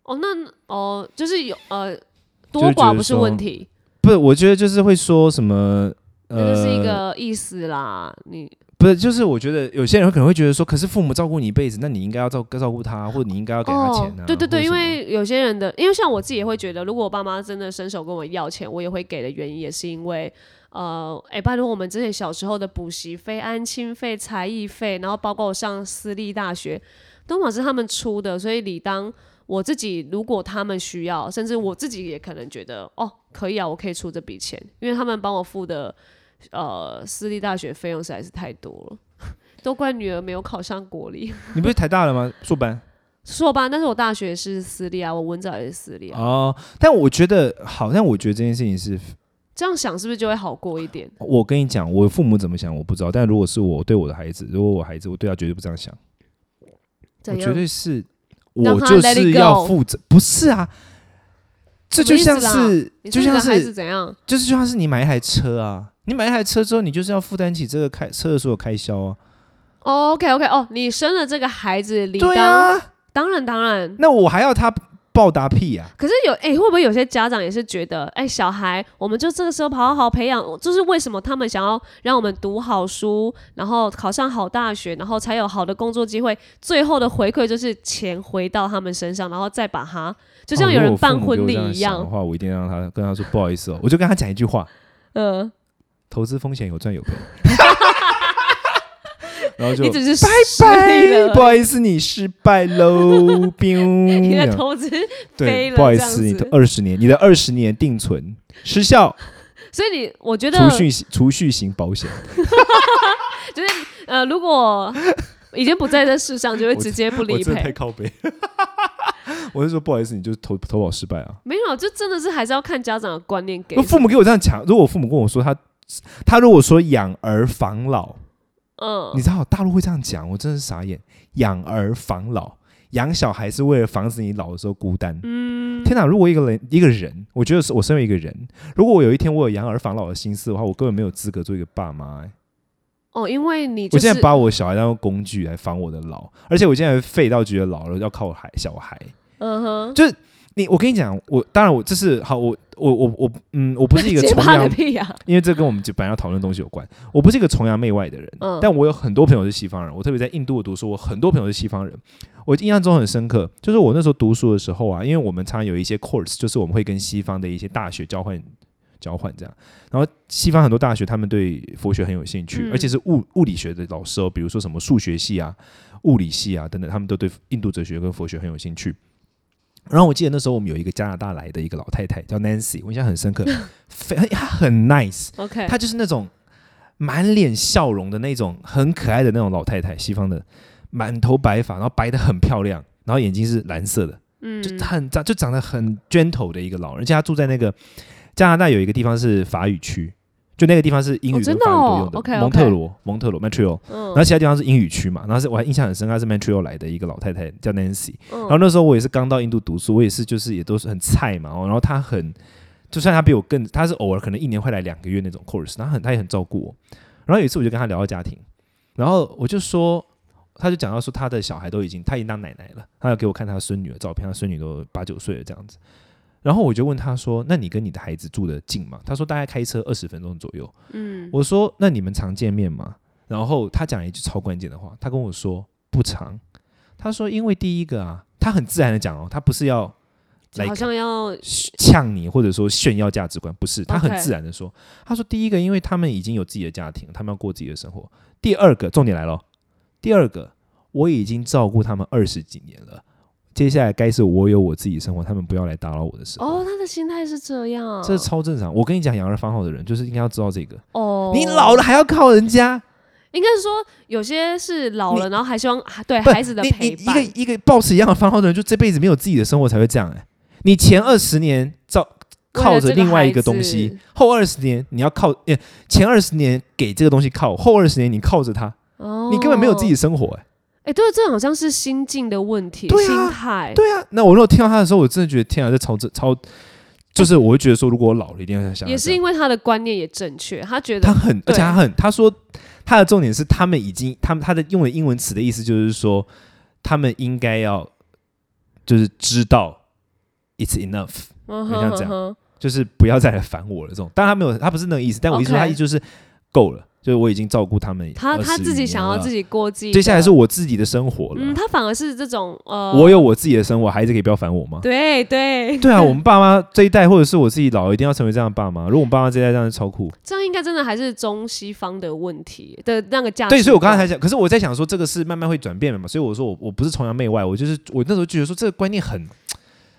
[SPEAKER 2] 哦，那哦，就是有呃，
[SPEAKER 1] 就
[SPEAKER 2] 多
[SPEAKER 1] 是觉
[SPEAKER 2] 寡
[SPEAKER 1] 得
[SPEAKER 2] 不是
[SPEAKER 1] 说
[SPEAKER 2] 问题，
[SPEAKER 1] 不是？我觉得就是会说什么。
[SPEAKER 2] 那
[SPEAKER 1] 呃，
[SPEAKER 2] 就是一个意思啦。你
[SPEAKER 1] 不是，就是我觉得有些人可能会觉得说，可是父母照顾你一辈子，那你应该要照照顾他，或者你应该要给他钱啊。
[SPEAKER 2] 哦，对对对，
[SPEAKER 1] 或者什
[SPEAKER 2] 因
[SPEAKER 1] 么
[SPEAKER 2] 为有些人的，因为像我自己也会觉得，如果我爸妈真的伸手跟我要钱，我也会给的原因，也是因为。呃，哎、拜托，我们之前小时候的补习费、安亲费、才艺费，然后包括我上私立大学，都嘛是他们出的，所以理当我自己如果他们需要，甚至我自己也可能觉得哦，可以啊，我可以出这笔钱，因为他们帮我付的呃私立大学费用实在是太多了，都怪女儿没有考上国立。
[SPEAKER 1] 你不是台大了吗？硕班
[SPEAKER 2] 硕班，但是我大学是私立啊，我文藻也是私立啊。
[SPEAKER 1] 哦，但我觉得好，但我觉得这件事情是，
[SPEAKER 2] 这样想是不是就会好过一点？
[SPEAKER 1] 我跟你讲，我父母怎么想我不知道，但如果是我对我的孩子，如果我孩子，我对他绝对不这样想，我
[SPEAKER 2] 怎
[SPEAKER 1] 绝
[SPEAKER 2] 样？
[SPEAKER 1] 对是，
[SPEAKER 2] 让
[SPEAKER 1] 我
[SPEAKER 2] 他
[SPEAKER 1] 就
[SPEAKER 2] let it
[SPEAKER 1] 是
[SPEAKER 2] go
[SPEAKER 1] 要负责，不是啊，这就像
[SPEAKER 2] 什么意
[SPEAKER 1] 是，
[SPEAKER 2] 你
[SPEAKER 1] 就是
[SPEAKER 2] 你
[SPEAKER 1] 像
[SPEAKER 2] 的孩
[SPEAKER 1] 是
[SPEAKER 2] 子，怎样？
[SPEAKER 1] 就是就像是你买一台车啊，你买一台车之后，你就是要负担起这个开车的所有开销啊，
[SPEAKER 2] 哦、o k OK，哦、你生了这个孩子，理当、
[SPEAKER 1] 对啊。
[SPEAKER 2] 当然当然。
[SPEAKER 1] 那我还要他报答屁呀、
[SPEAKER 2] 可是有哎、会不会有些家长也是觉得，哎、小孩，我们就这个时候好好培养，就是为什么他们想要让我们读好书，然后考上好大学，然后才有好的工作机会，最后的回馈就是钱回到他们身上，然后再把它，就像有人办婚礼
[SPEAKER 1] 哦
[SPEAKER 2] 一
[SPEAKER 1] 如果我父母给我这样想的
[SPEAKER 2] 样，
[SPEAKER 1] 话，我一定让他跟他说不好意思哦，我就跟他讲一句话：
[SPEAKER 2] 嗯、
[SPEAKER 1] 投资风险有赚有 赔。然后就
[SPEAKER 2] 你只是拜
[SPEAKER 1] 拜，不
[SPEAKER 2] 了，
[SPEAKER 1] 好意思，你失败 喽，
[SPEAKER 2] 你的
[SPEAKER 1] biu。
[SPEAKER 2] 投资
[SPEAKER 1] 对
[SPEAKER 2] 飞，了
[SPEAKER 1] 不好意
[SPEAKER 2] 这样
[SPEAKER 1] 思，你
[SPEAKER 2] 子
[SPEAKER 1] 的二十年，你的二十年定存失效，
[SPEAKER 2] 所以你，我觉得
[SPEAKER 1] 储蓄型储蓄型保险，
[SPEAKER 2] 呃，如果已经不在这世上，就会
[SPEAKER 1] 我
[SPEAKER 2] 直接不
[SPEAKER 1] 我
[SPEAKER 2] 理
[SPEAKER 1] 真的太
[SPEAKER 2] 赔。
[SPEAKER 1] 靠背。 我就说不好意思，你就是投投保失败啊。
[SPEAKER 2] 没有，就真的是还是要看家长的观念给
[SPEAKER 1] 那。父母给我这样讲，如果我父母跟我说他他如果说养儿防老，
[SPEAKER 2] 嗯
[SPEAKER 1] 你，知道大陆会这样讲，我真的是傻眼。养儿防老，养小孩是为了防止你老的时候孤单。嗯，天哪！如果一个人一个人，我觉得是我身为一个人，如果我有一天我有养儿防老的心思的话，我根本没有资格做一个爸妈、欸。
[SPEAKER 2] 哦，因为你
[SPEAKER 1] 我
[SPEAKER 2] 就是
[SPEAKER 1] 现在把我小孩当做工具来防我的老，而且我现在废到觉得老了要靠孩小孩。
[SPEAKER 2] 嗯哼，
[SPEAKER 1] 就你，我跟你讲，我当然我这是好，我我我我，嗯，我不是一个
[SPEAKER 2] 结
[SPEAKER 1] 崇
[SPEAKER 2] 巴
[SPEAKER 1] 洋
[SPEAKER 2] 的屁呀！
[SPEAKER 1] 因为这跟我们本来要讨论的东西有关。我不是一个崇洋媚外的人，
[SPEAKER 2] 嗯
[SPEAKER 1] 但我有很多朋友是西方人。我特别在印度读书，我很多朋友是西方人。我印象中很深刻，就是我那时候读书的时候啊，因为我们常常有一些 course，就是我们会跟西方的一些大学交换交换这样。然后西方很多大学他们对佛学很有兴趣，
[SPEAKER 2] 嗯
[SPEAKER 1] 而且是物物理学的老师哦，比如说什么数学系啊、物理系啊等等，他们都对印度哲学跟佛学很有兴趣。然后我记得那时候我们有一个加拿大来的一个老太太叫 Nancy，我印象很深刻， 非她很 nice，
[SPEAKER 2] OK，
[SPEAKER 1] 她就是那种满脸笑容的那种很可爱的那种老太太，西方的，满头白发，然后白的很漂亮，然后眼睛是蓝色的，
[SPEAKER 2] 嗯
[SPEAKER 1] 就很长就长得很 gentle 的一个老人，而且她住在那个加拿大有一个地方是法语区，就那个地方是英
[SPEAKER 2] 哦
[SPEAKER 1] 语
[SPEAKER 2] 真
[SPEAKER 1] 跟
[SPEAKER 2] 的
[SPEAKER 1] 法语
[SPEAKER 2] 哦
[SPEAKER 1] 都用的，
[SPEAKER 2] ，OK，OK
[SPEAKER 1] 蒙特罗蒙特罗 Montreal，
[SPEAKER 2] 嗯
[SPEAKER 1] 然后其他地方是英语区嘛，然后是我还印象很深，她是 Montreal 来的一个老太太叫 Nancy，
[SPEAKER 2] 嗯
[SPEAKER 1] 然后那时候我也是刚到印度读书，我也是就是也都是很菜嘛，哦然后他很，就算他比我更，他是偶尔可能一年会来两个月那种 course，然后很他也很照顾我。然后有一次我就跟他聊到家庭，然后我就说，他就讲到说他的小孩都已经他已经当奶奶了，他要给我看他孙女的照片，他孙女都八九岁了这样子。然后我就问他说：“那你跟你的孩子住的近吗？”他说：“大概开车二十分钟左右。”嗯，我说：“那你们常见面吗？”然后他讲了一句超关键的话，他跟我说：“不常。”他说：“因为第一个啊，他很自然的讲哦，他不是要来
[SPEAKER 2] 好像要哦
[SPEAKER 1] 呛你或者说炫耀价值观，不是，他很
[SPEAKER 2] OK
[SPEAKER 1] 自然的说。他说第一个，因为他们已经有自己的家庭，他们要过自己的生活。第二个，重点来了，哦第二个，我已经照顾他们二十几年了，接下来该是我有我自己的生活，他们不要来打扰我的生活。
[SPEAKER 2] 哦，他的心态是这样，
[SPEAKER 1] 这超正常。我跟你讲，养儿防老的人就是应该要知道这个。
[SPEAKER 2] 哦，
[SPEAKER 1] 你老了还要靠人家，
[SPEAKER 2] 应该是说有些是老了，然后还希望啊对
[SPEAKER 1] 不
[SPEAKER 2] 孩子的
[SPEAKER 1] 你你
[SPEAKER 2] 陪
[SPEAKER 1] 一个
[SPEAKER 2] 伴，
[SPEAKER 1] 一个抱持一样的方法的人，就这辈子没有自己的生活才会这样、欸。你前二十年照
[SPEAKER 2] 为了
[SPEAKER 1] 靠着
[SPEAKER 2] 这个
[SPEAKER 1] 另外一个
[SPEAKER 2] 孩子
[SPEAKER 1] 东西，后二十年你要靠，呃前二十年给这个东西靠，后二十年你靠着它，
[SPEAKER 2] 哦，
[SPEAKER 1] 你根本没有自己。的生活、欸。
[SPEAKER 2] 哎，对，这好像是心境的问题，
[SPEAKER 1] 对啊
[SPEAKER 2] 心态。
[SPEAKER 1] 对啊，那我如果听到他的时候，我真的觉得天啊，这超超，就是我会觉得说，如果我老了，一定要想想。
[SPEAKER 2] 也是因为他的观念也正确，他觉
[SPEAKER 1] 他
[SPEAKER 2] 得
[SPEAKER 1] 很，而
[SPEAKER 2] 对
[SPEAKER 1] 且他很，他说他的重点是他们已经，他们他的用的英文词的意思就是说，他们应该要就是知道 it's enough，
[SPEAKER 2] 嗯
[SPEAKER 1] 很像这样
[SPEAKER 2] 哼，
[SPEAKER 1] 就是不要再来烦我了这种。当然他没有，他不是那个意思，但我意思说他
[SPEAKER 2] OK
[SPEAKER 1] 意思就是够了，就是我已经照顾他们，
[SPEAKER 2] 他他自己想要自
[SPEAKER 1] 己，
[SPEAKER 2] 己过自己的。
[SPEAKER 1] 接下来是我自己的生活了，
[SPEAKER 2] 嗯，他反而是这种呃，
[SPEAKER 1] 我有我自己的生活，孩子可以不要烦我吗？
[SPEAKER 2] 对对，
[SPEAKER 1] 对啊，我们爸妈这一代，或者是我自己老了，一定要成为这样的爸妈。如果我们爸妈这一代这样，超酷。
[SPEAKER 2] 这样应该真的还是中西方的问题的那个价值观。
[SPEAKER 1] 对，所以我刚才才讲，可是我在想说，这个是慢慢会转变的嘛，所以我说我我不是崇洋媚外，我就是我那时候就觉得说这个观念很，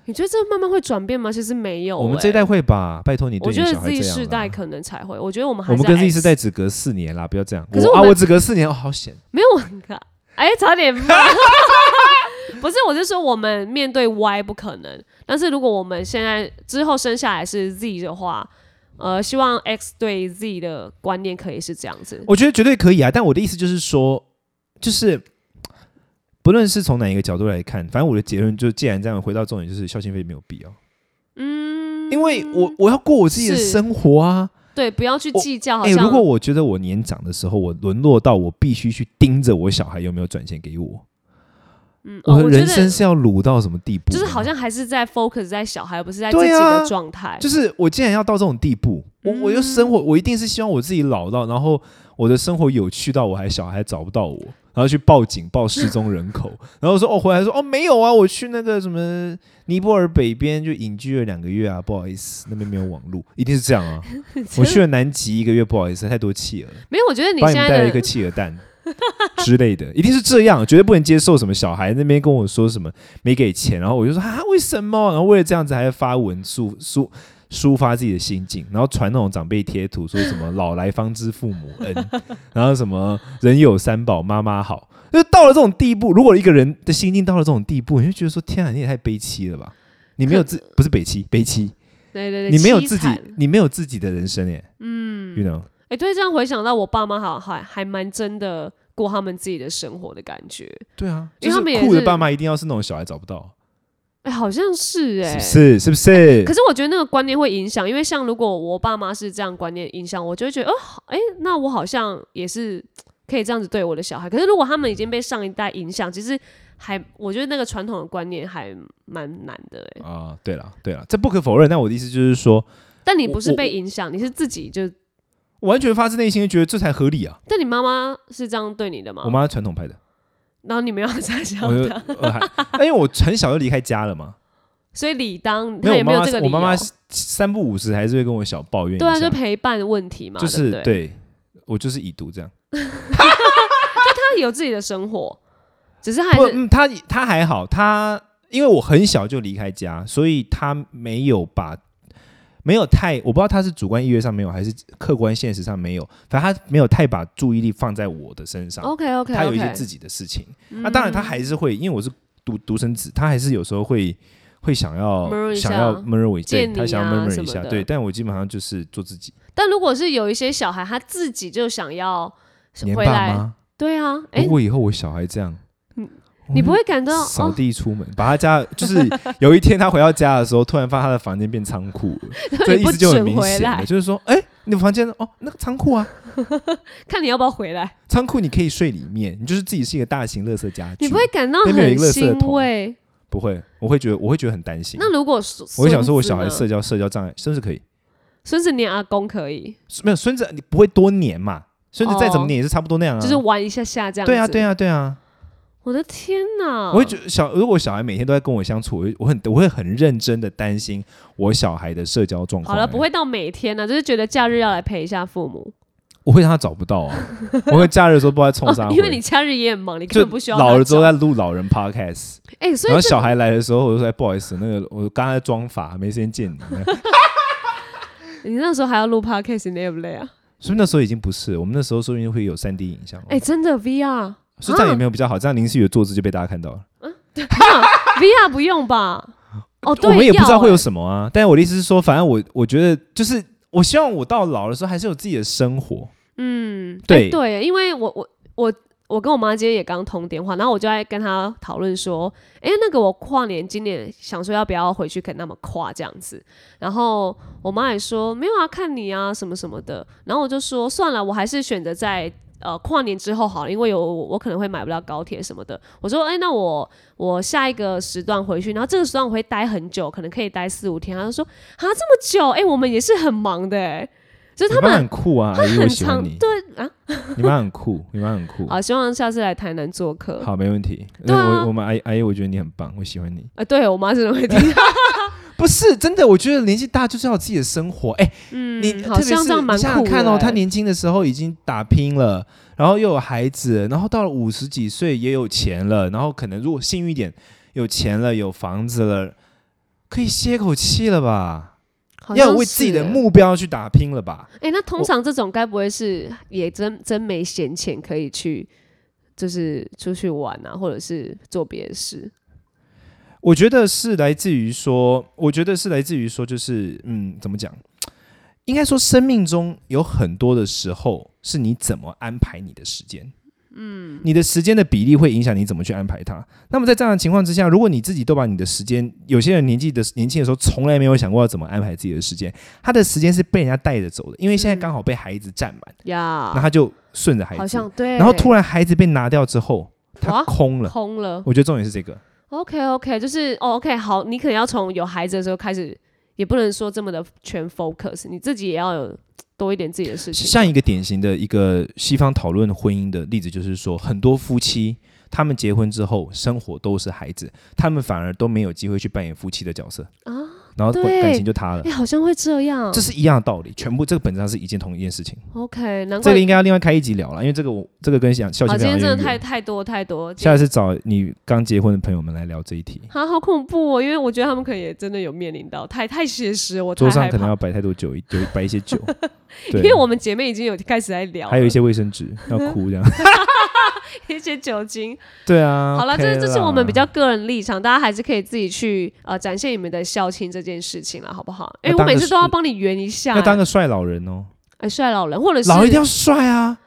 [SPEAKER 2] 你觉得这慢慢会转变吗？其实没有、
[SPEAKER 1] 我们这一
[SPEAKER 2] 欸
[SPEAKER 1] 代会吧，拜托你对
[SPEAKER 2] 我
[SPEAKER 1] 你
[SPEAKER 2] 觉
[SPEAKER 1] 的
[SPEAKER 2] 得
[SPEAKER 1] 小孩
[SPEAKER 2] 自己
[SPEAKER 1] 这
[SPEAKER 2] 世
[SPEAKER 1] 样
[SPEAKER 2] 代
[SPEAKER 1] 啦。
[SPEAKER 2] 可能才会，我觉得我们还
[SPEAKER 1] 我们跟 Z
[SPEAKER 2] 是
[SPEAKER 1] 世代只隔四年啦，不要这样。
[SPEAKER 2] 可是
[SPEAKER 1] 我
[SPEAKER 2] 我
[SPEAKER 1] 啊，
[SPEAKER 2] 们
[SPEAKER 1] 我只隔四年，哦好险。
[SPEAKER 2] 没有我，哎，差点骂。 不是，我是说我们面对 Y 不可能，但是如果我们现在之后生下来是 Z 的话，呃，希望 X 对 Z 的观念可以是这样子。
[SPEAKER 1] 我觉得绝对可以啊，但我的意思就是说，就是不论是从哪一个角度来看，反正我的结论就，既然这样，回到重点，就是孝心费没有必要，
[SPEAKER 2] 嗯，
[SPEAKER 1] 因为我我要过我自己的
[SPEAKER 2] 是
[SPEAKER 1] 生活啊。
[SPEAKER 2] 对，不要去
[SPEAKER 1] 我
[SPEAKER 2] 计较，好
[SPEAKER 1] 哎、
[SPEAKER 2] 像
[SPEAKER 1] 如果我觉得我年长的时候，我沦落到我必须去盯着我小孩有没有转钱给我，
[SPEAKER 2] 嗯，哦
[SPEAKER 1] 我的
[SPEAKER 2] 觉
[SPEAKER 1] 人生
[SPEAKER 2] 得
[SPEAKER 1] 是要卤到什么地步？
[SPEAKER 2] 就是好像还是在 focus 在小孩，而不是在自
[SPEAKER 1] 对
[SPEAKER 2] 己
[SPEAKER 1] 啊
[SPEAKER 2] 的状态。
[SPEAKER 1] 就是我竟然要到这种地步，我我
[SPEAKER 2] 嗯
[SPEAKER 1] 就生活，我一定是希望我自己老到，然后我的生活有趣到我还小孩找不到我，然后去报警报失踪人 口，然后说哦回来说哦没有啊，我去那个什么尼泊尔北边就隐居了两个月啊，不好意思，那边没有网络，一定是这样 啊。我去了南极一个月，不好意思，太多企鹅了，
[SPEAKER 2] 没有，我觉得你
[SPEAKER 1] 帮
[SPEAKER 2] 现
[SPEAKER 1] 你们
[SPEAKER 2] 在
[SPEAKER 1] 带了一
[SPEAKER 2] 的
[SPEAKER 1] 个企鹅蛋 之类的，一定是这样，绝对不能接受什么小孩那边跟我说什么没给钱，然后我就说啊为什么？然后为了这样子还要发文抒抒抒发自己的心境，然后传那种长辈贴图，说什么老来方知父母恩，然后什么人有三宝妈妈好，就到了这种地步，如果一个人的心境到了这种地步，你就觉得说天啊，你也太悲戚了吧？你没有自不是北戚，北戚，
[SPEAKER 2] 对对对，
[SPEAKER 1] 你没有
[SPEAKER 2] 凄
[SPEAKER 1] 自己
[SPEAKER 2] 惨，
[SPEAKER 1] 你没有自己的人生耶，嗯，you know。
[SPEAKER 2] 哎、对，这样回想到我爸妈好，还还蛮真的过他们自己的生活的感觉。
[SPEAKER 1] 对啊，
[SPEAKER 2] 因为他们也
[SPEAKER 1] 酷的
[SPEAKER 2] 是
[SPEAKER 1] 爸妈一定要是那种小孩找不到，
[SPEAKER 2] 哎、好像是哎、
[SPEAKER 1] 是不是？是不是？
[SPEAKER 2] 可是我觉得那个观念会影响，因为像如果我爸妈是这样观念影响，我就会觉得哦，好哎、那我好像也是可以这样子对我的小孩。可是如果他们已经被上一代影响，其实还我觉得那个传统的观念还蛮难的哎、
[SPEAKER 1] 啊，对了，对了，这不可否认。但我的意思就是说，
[SPEAKER 2] 但你
[SPEAKER 1] 我
[SPEAKER 2] 不是
[SPEAKER 1] 我
[SPEAKER 2] 被影响，你是自己就。
[SPEAKER 1] 我完全发自内心地觉得这才合理啊。
[SPEAKER 2] 但你妈妈是这样对你的吗
[SPEAKER 1] 我？妈传统派的，
[SPEAKER 2] 然后你没有 再想
[SPEAKER 1] 我就
[SPEAKER 2] 她，
[SPEAKER 1] 呃还， 但因为我很小就离开家了 嘛，
[SPEAKER 2] 所以理当
[SPEAKER 1] 没
[SPEAKER 2] 她
[SPEAKER 1] 有
[SPEAKER 2] 也
[SPEAKER 1] 我
[SPEAKER 2] 没
[SPEAKER 1] 妈
[SPEAKER 2] 有
[SPEAKER 1] 妈
[SPEAKER 2] 这个，理
[SPEAKER 1] 我妈妈
[SPEAKER 2] 由
[SPEAKER 1] 三不五时还是会跟我小抱怨一
[SPEAKER 2] 对啊，就
[SPEAKER 1] 下，
[SPEAKER 2] 陪伴问题嘛，
[SPEAKER 1] 就是
[SPEAKER 2] 对不对，
[SPEAKER 1] 对我就是已读这样。
[SPEAKER 2] 他有自己的生活，只是还
[SPEAKER 1] 不，
[SPEAKER 2] 是
[SPEAKER 1] 嗯，他他还好，他因为我很小就离开家，所以他没有把没有太，我不知道他是主观意愿上没有，还是客观现实上没有，反正他没有太把注意力放在我的身上。
[SPEAKER 2] OK OK，嗯
[SPEAKER 1] 他有一些自
[SPEAKER 2] 己，
[SPEAKER 1] 己的事情，那、当然他还是会，因为我是独独生子，他还是有时候会会想要
[SPEAKER 2] murmur 一下
[SPEAKER 1] 想要 murmur 我一对
[SPEAKER 2] 见你
[SPEAKER 1] 他想要
[SPEAKER 2] 啊
[SPEAKER 1] murmur
[SPEAKER 2] 什
[SPEAKER 1] 一
[SPEAKER 2] 么
[SPEAKER 1] 下，
[SPEAKER 2] 的
[SPEAKER 1] 对，但我基本上就是做自己，
[SPEAKER 2] 但如果是有一些小孩，他自己就想要
[SPEAKER 1] 黏
[SPEAKER 2] 回
[SPEAKER 1] 爸
[SPEAKER 2] 来，
[SPEAKER 1] 妈。
[SPEAKER 2] 对啊，
[SPEAKER 1] 如
[SPEAKER 2] 哎，
[SPEAKER 1] 果以后我小孩这样，
[SPEAKER 2] 你不会感到
[SPEAKER 1] 扫
[SPEAKER 2] 哦，
[SPEAKER 1] 地出门，把他家就是 有一天他回到家的时候，突然发现他的房间变仓库 了，这
[SPEAKER 2] 你
[SPEAKER 1] 意
[SPEAKER 2] 不
[SPEAKER 1] 思就很
[SPEAKER 2] 准
[SPEAKER 1] 明
[SPEAKER 2] 回
[SPEAKER 1] 显了，
[SPEAKER 2] 来，
[SPEAKER 1] 就是说，哎、你的房间哦，那个仓库啊，
[SPEAKER 2] 看你要不要回来，
[SPEAKER 1] 仓库你可以睡里面，你就是自己是一个大型垃圾家具，
[SPEAKER 2] 你不会感到
[SPEAKER 1] 那边有一
[SPEAKER 2] 很
[SPEAKER 1] 个垃圾
[SPEAKER 2] 欣
[SPEAKER 1] 桶
[SPEAKER 2] 慰，
[SPEAKER 1] 不会，我会觉得我会觉得很担心。
[SPEAKER 2] 那如果是
[SPEAKER 1] 我会想说，我小孩
[SPEAKER 2] 孙子
[SPEAKER 1] 社
[SPEAKER 2] 呢
[SPEAKER 1] 交社交障碍，甚至可以
[SPEAKER 2] 孙子黏阿公可以，
[SPEAKER 1] 没有孙子，你不会多黏嘛？孙子再怎么
[SPEAKER 2] 哦
[SPEAKER 1] 黏也是差不多那样啊。
[SPEAKER 2] 就是玩一下下这样。嗯
[SPEAKER 1] 对啊，对
[SPEAKER 2] 啊。
[SPEAKER 1] 啊，对啊。
[SPEAKER 2] 我的天哪！
[SPEAKER 1] 我会觉得小，如果小孩每天都在跟我相处，我会我很我会很认真的担心我小孩的社交状况。
[SPEAKER 2] 好了，不，会到每天呢、啊就是觉得假日要来陪一下父母，
[SPEAKER 1] 我会让他找不到 啊。我会假日的时候不知道在冲啥
[SPEAKER 2] 哦
[SPEAKER 1] 回，
[SPEAKER 2] 因为你假日也很忙，你根
[SPEAKER 1] 就
[SPEAKER 2] 本不需要
[SPEAKER 1] 老
[SPEAKER 2] 他
[SPEAKER 1] 了之后
[SPEAKER 2] 找
[SPEAKER 1] 在录老人 podcast，
[SPEAKER 2] 哎、所
[SPEAKER 1] 然
[SPEAKER 2] 以
[SPEAKER 1] 后
[SPEAKER 2] 这
[SPEAKER 1] 小孩来的时候，我就说哎不好意思，那个我刚才在装法，没时间 见你。
[SPEAKER 2] 你那时候还要录 podcast，你累不 累啊？
[SPEAKER 1] 所以那时候已经不是，我们那时候说不定会有三 D 影像。哦
[SPEAKER 2] 哎、真的 VR
[SPEAKER 1] 所以这样有没有比较好？这样林思雨的坐姿就被大家看到了。
[SPEAKER 2] VR 不 用吧？哦，对，
[SPEAKER 1] 我们也不知道会有
[SPEAKER 2] 要欸
[SPEAKER 1] 什么啊。但是我的意思是说，反正我我觉得就是，我希望我到老的时候还是有自己的生活。
[SPEAKER 2] 嗯，
[SPEAKER 1] 对
[SPEAKER 2] 哎对，因为我我我我跟我妈今天也刚通电话，然后我就在跟她讨论说，哎、那个我跨年今年想说要不要回去跟他们跨这样子，然后我妈也说没有啊，看你啊什么什么的，然后我就说算了，我还是选择在。呃，跨年之后好了，因为有我我可能会买不到高铁什么的。我说，哎、那我我下一个时段回去，然后这个时段我会待很久，可能可以待四五天。她就说，啊，这么久，哎、我们也是很忙的、哎，就是他
[SPEAKER 1] 你妈
[SPEAKER 2] 们
[SPEAKER 1] 很酷啊，阿姨，我
[SPEAKER 2] 很
[SPEAKER 1] 喜欢
[SPEAKER 2] 常
[SPEAKER 1] 你。
[SPEAKER 2] 对啊，
[SPEAKER 1] 你妈很酷， 你妈很酷。
[SPEAKER 2] 啊，希望下次来台南做客。
[SPEAKER 1] 好，没问题。
[SPEAKER 2] 对啊
[SPEAKER 1] 那我我们阿姨阿姨，我觉得你很棒，我喜欢你。
[SPEAKER 2] 啊，对我妈真的会 听，
[SPEAKER 1] 不是真的，我觉得年纪大就是要有自己的生活。哎、
[SPEAKER 2] 嗯，
[SPEAKER 1] 你
[SPEAKER 2] 好
[SPEAKER 1] 特别
[SPEAKER 2] 像这
[SPEAKER 1] 是
[SPEAKER 2] 样
[SPEAKER 1] 你
[SPEAKER 2] 蛮
[SPEAKER 1] 想想
[SPEAKER 2] 酷的欸。
[SPEAKER 1] 看哦，他年轻的时候已经打拼了，然后又有孩子，然后到了五十几岁也有钱了，然后可能如果幸运一点，有钱了，有房子了，可以歇口气了吧？
[SPEAKER 2] 好像
[SPEAKER 1] 要有为自己的
[SPEAKER 2] 是欸。
[SPEAKER 1] 目标去打拼了吧？
[SPEAKER 2] 哎，那通
[SPEAKER 1] 我
[SPEAKER 2] 常这种该不会是也真真没闲钱可以去，就是出去玩啊，或者是做别的事？
[SPEAKER 1] 我觉得是来自于说，我觉得是来自于说，就是嗯，怎么讲？应该说，生命中有很多的时候是你怎么安排你的时间，嗯，你的时间的比例会影响你怎么去安排它。那么在这样的情况之下，如果你自己都把你的时间，有些人年纪的年轻的时候从来没有想过要怎么安排自己的时间，他的时间是被人家带着走的，因为现在
[SPEAKER 2] 嗯
[SPEAKER 1] 刚好被孩子占满，
[SPEAKER 2] 呀
[SPEAKER 1] 那、，他就顺着孩子，
[SPEAKER 2] 啊好像对。哦
[SPEAKER 1] 然后突然孩子被拿掉之后，他
[SPEAKER 2] 哇
[SPEAKER 1] 空了。
[SPEAKER 2] 空了。
[SPEAKER 1] 我觉得重点是这个。
[SPEAKER 2] OK OK，就是哦 OK，好，你可能要从有孩子的时候开始，也不能说这么的全 focus，你自己也要有多一点自己的事情。
[SPEAKER 1] 像一个典型的一个西方讨论婚姻的例子，就是说，很多夫妻他们结婚之后，生活都是孩子，他们反而都没有机会去扮演夫妻的角色
[SPEAKER 2] 啊，
[SPEAKER 1] 然后
[SPEAKER 2] 对
[SPEAKER 1] 感情就塌了
[SPEAKER 2] 哎、。好像会这样。
[SPEAKER 1] 这是一样的道理，全部这个本质上是一件同一件事情。
[SPEAKER 2] OK，难
[SPEAKER 1] 这
[SPEAKER 2] 怪
[SPEAKER 1] 个应该要另外开一集聊了，因为这个我这个跟想孝
[SPEAKER 2] 好，
[SPEAKER 1] 心非
[SPEAKER 2] 今
[SPEAKER 1] 常
[SPEAKER 2] 天真的
[SPEAKER 1] 渊
[SPEAKER 2] 太
[SPEAKER 1] 源。
[SPEAKER 2] 太多太多，
[SPEAKER 1] 下次找你刚结婚的朋友们来聊这一题，
[SPEAKER 2] 啊，好恐怖哦！因为我觉得他们可能也真的有面临到太太写实，我太
[SPEAKER 1] 桌上
[SPEAKER 2] 害
[SPEAKER 1] 可能
[SPEAKER 2] 怕。
[SPEAKER 1] 要摆太多酒，有摆一些 酒，对
[SPEAKER 2] 因，为我们姐妹已经有开始在聊了，
[SPEAKER 1] 还有一些卫生纸要哭这样。
[SPEAKER 2] 一些酒精。
[SPEAKER 1] 对啊，
[SPEAKER 2] 好了，这
[SPEAKER 1] OK
[SPEAKER 2] 这是我们
[SPEAKER 1] 啦
[SPEAKER 2] 比较个人立场，大家还是可以自己去呃展现你们的孝亲这件事情了，好不好？哎、
[SPEAKER 1] 要
[SPEAKER 2] 我
[SPEAKER 1] 当个
[SPEAKER 2] 每次
[SPEAKER 1] 是
[SPEAKER 2] 都要帮你圆一下、
[SPEAKER 1] 要当
[SPEAKER 2] 哎、
[SPEAKER 1] 个帅老人哦，
[SPEAKER 2] 帅老人，或者是
[SPEAKER 1] 老一定要帅啊。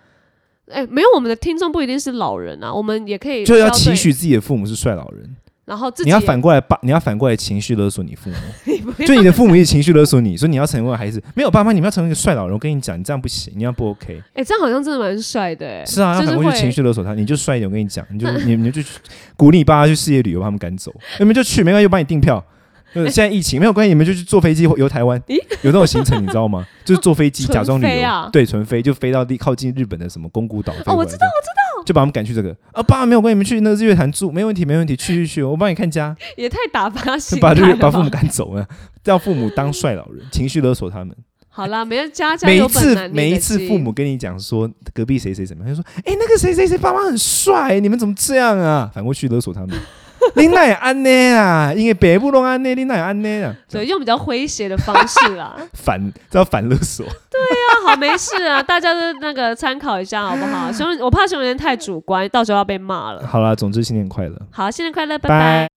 [SPEAKER 2] 哎、没有我们的听众不一定是老人啊，我们也可以
[SPEAKER 1] 就要
[SPEAKER 2] 挑对
[SPEAKER 1] 期，许自己的父母是帅老人，
[SPEAKER 2] 然后自己
[SPEAKER 1] 你要
[SPEAKER 2] 也
[SPEAKER 1] 反过来把你要反过来情绪勒索你 父母，
[SPEAKER 2] 你不要
[SPEAKER 1] 就你的父母也情绪勒索你，说你要成为孩子没有爸妈，你们要成为一个帅老人。我跟你讲，你这样不行，你要不 OK。
[SPEAKER 2] 哎、这样好像真的蛮帅的、哎，
[SPEAKER 1] 是啊，要
[SPEAKER 2] 就是
[SPEAKER 1] 反
[SPEAKER 2] 会
[SPEAKER 1] 过去情绪勒索他，你就帅一点。我跟你讲，你就你你就去鼓励你爸妈去世界旅游，把他们赶走，你们就去，没关系，我帮你订票。呃现在疫情没有关系，你们就去坐飞机游台湾，
[SPEAKER 2] 咦
[SPEAKER 1] 有那种行程你知道吗？就是坐飞 机假装旅
[SPEAKER 2] 纯飞
[SPEAKER 1] 游，
[SPEAKER 2] 啊
[SPEAKER 1] 对，纯飞就飞到地靠近日本的什么宫古岛。
[SPEAKER 2] 哦我
[SPEAKER 1] 知道，我知道，就把他们赶去这个啊，爸没有关系，你们去那个日月潭住，没问题，没问题，去去去，我帮你看家，
[SPEAKER 2] 也太打发
[SPEAKER 1] 就
[SPEAKER 2] 心
[SPEAKER 1] 把
[SPEAKER 2] 态
[SPEAKER 1] 日
[SPEAKER 2] 了
[SPEAKER 1] 把父
[SPEAKER 2] 吧
[SPEAKER 1] 母赶走了，让父母当帅老人，情绪勒索他们。
[SPEAKER 2] 好啦，每人家家
[SPEAKER 1] 每一
[SPEAKER 2] 有本
[SPEAKER 1] 次
[SPEAKER 2] 难念
[SPEAKER 1] 每一
[SPEAKER 2] 的
[SPEAKER 1] 次
[SPEAKER 2] 经
[SPEAKER 1] 父母跟你讲说隔壁谁谁怎么样，他就说哎、那个谁谁谁爸妈很帅，你们怎么这样啊？反过去勒索他们， 你哪也安呢啊？因为北部弄安呢，你哪也安呢啊？
[SPEAKER 2] 对用比较诙谐的方式 啦。
[SPEAKER 1] 反这要反勒索，
[SPEAKER 2] 那好，没事啊，大家都那个参考一下好不好？熊，我怕熊仁太主观，到时候要被骂了。
[SPEAKER 1] 好啦，总之新年快乐。
[SPEAKER 2] 好，新年快乐，拜
[SPEAKER 1] 拜
[SPEAKER 2] 拜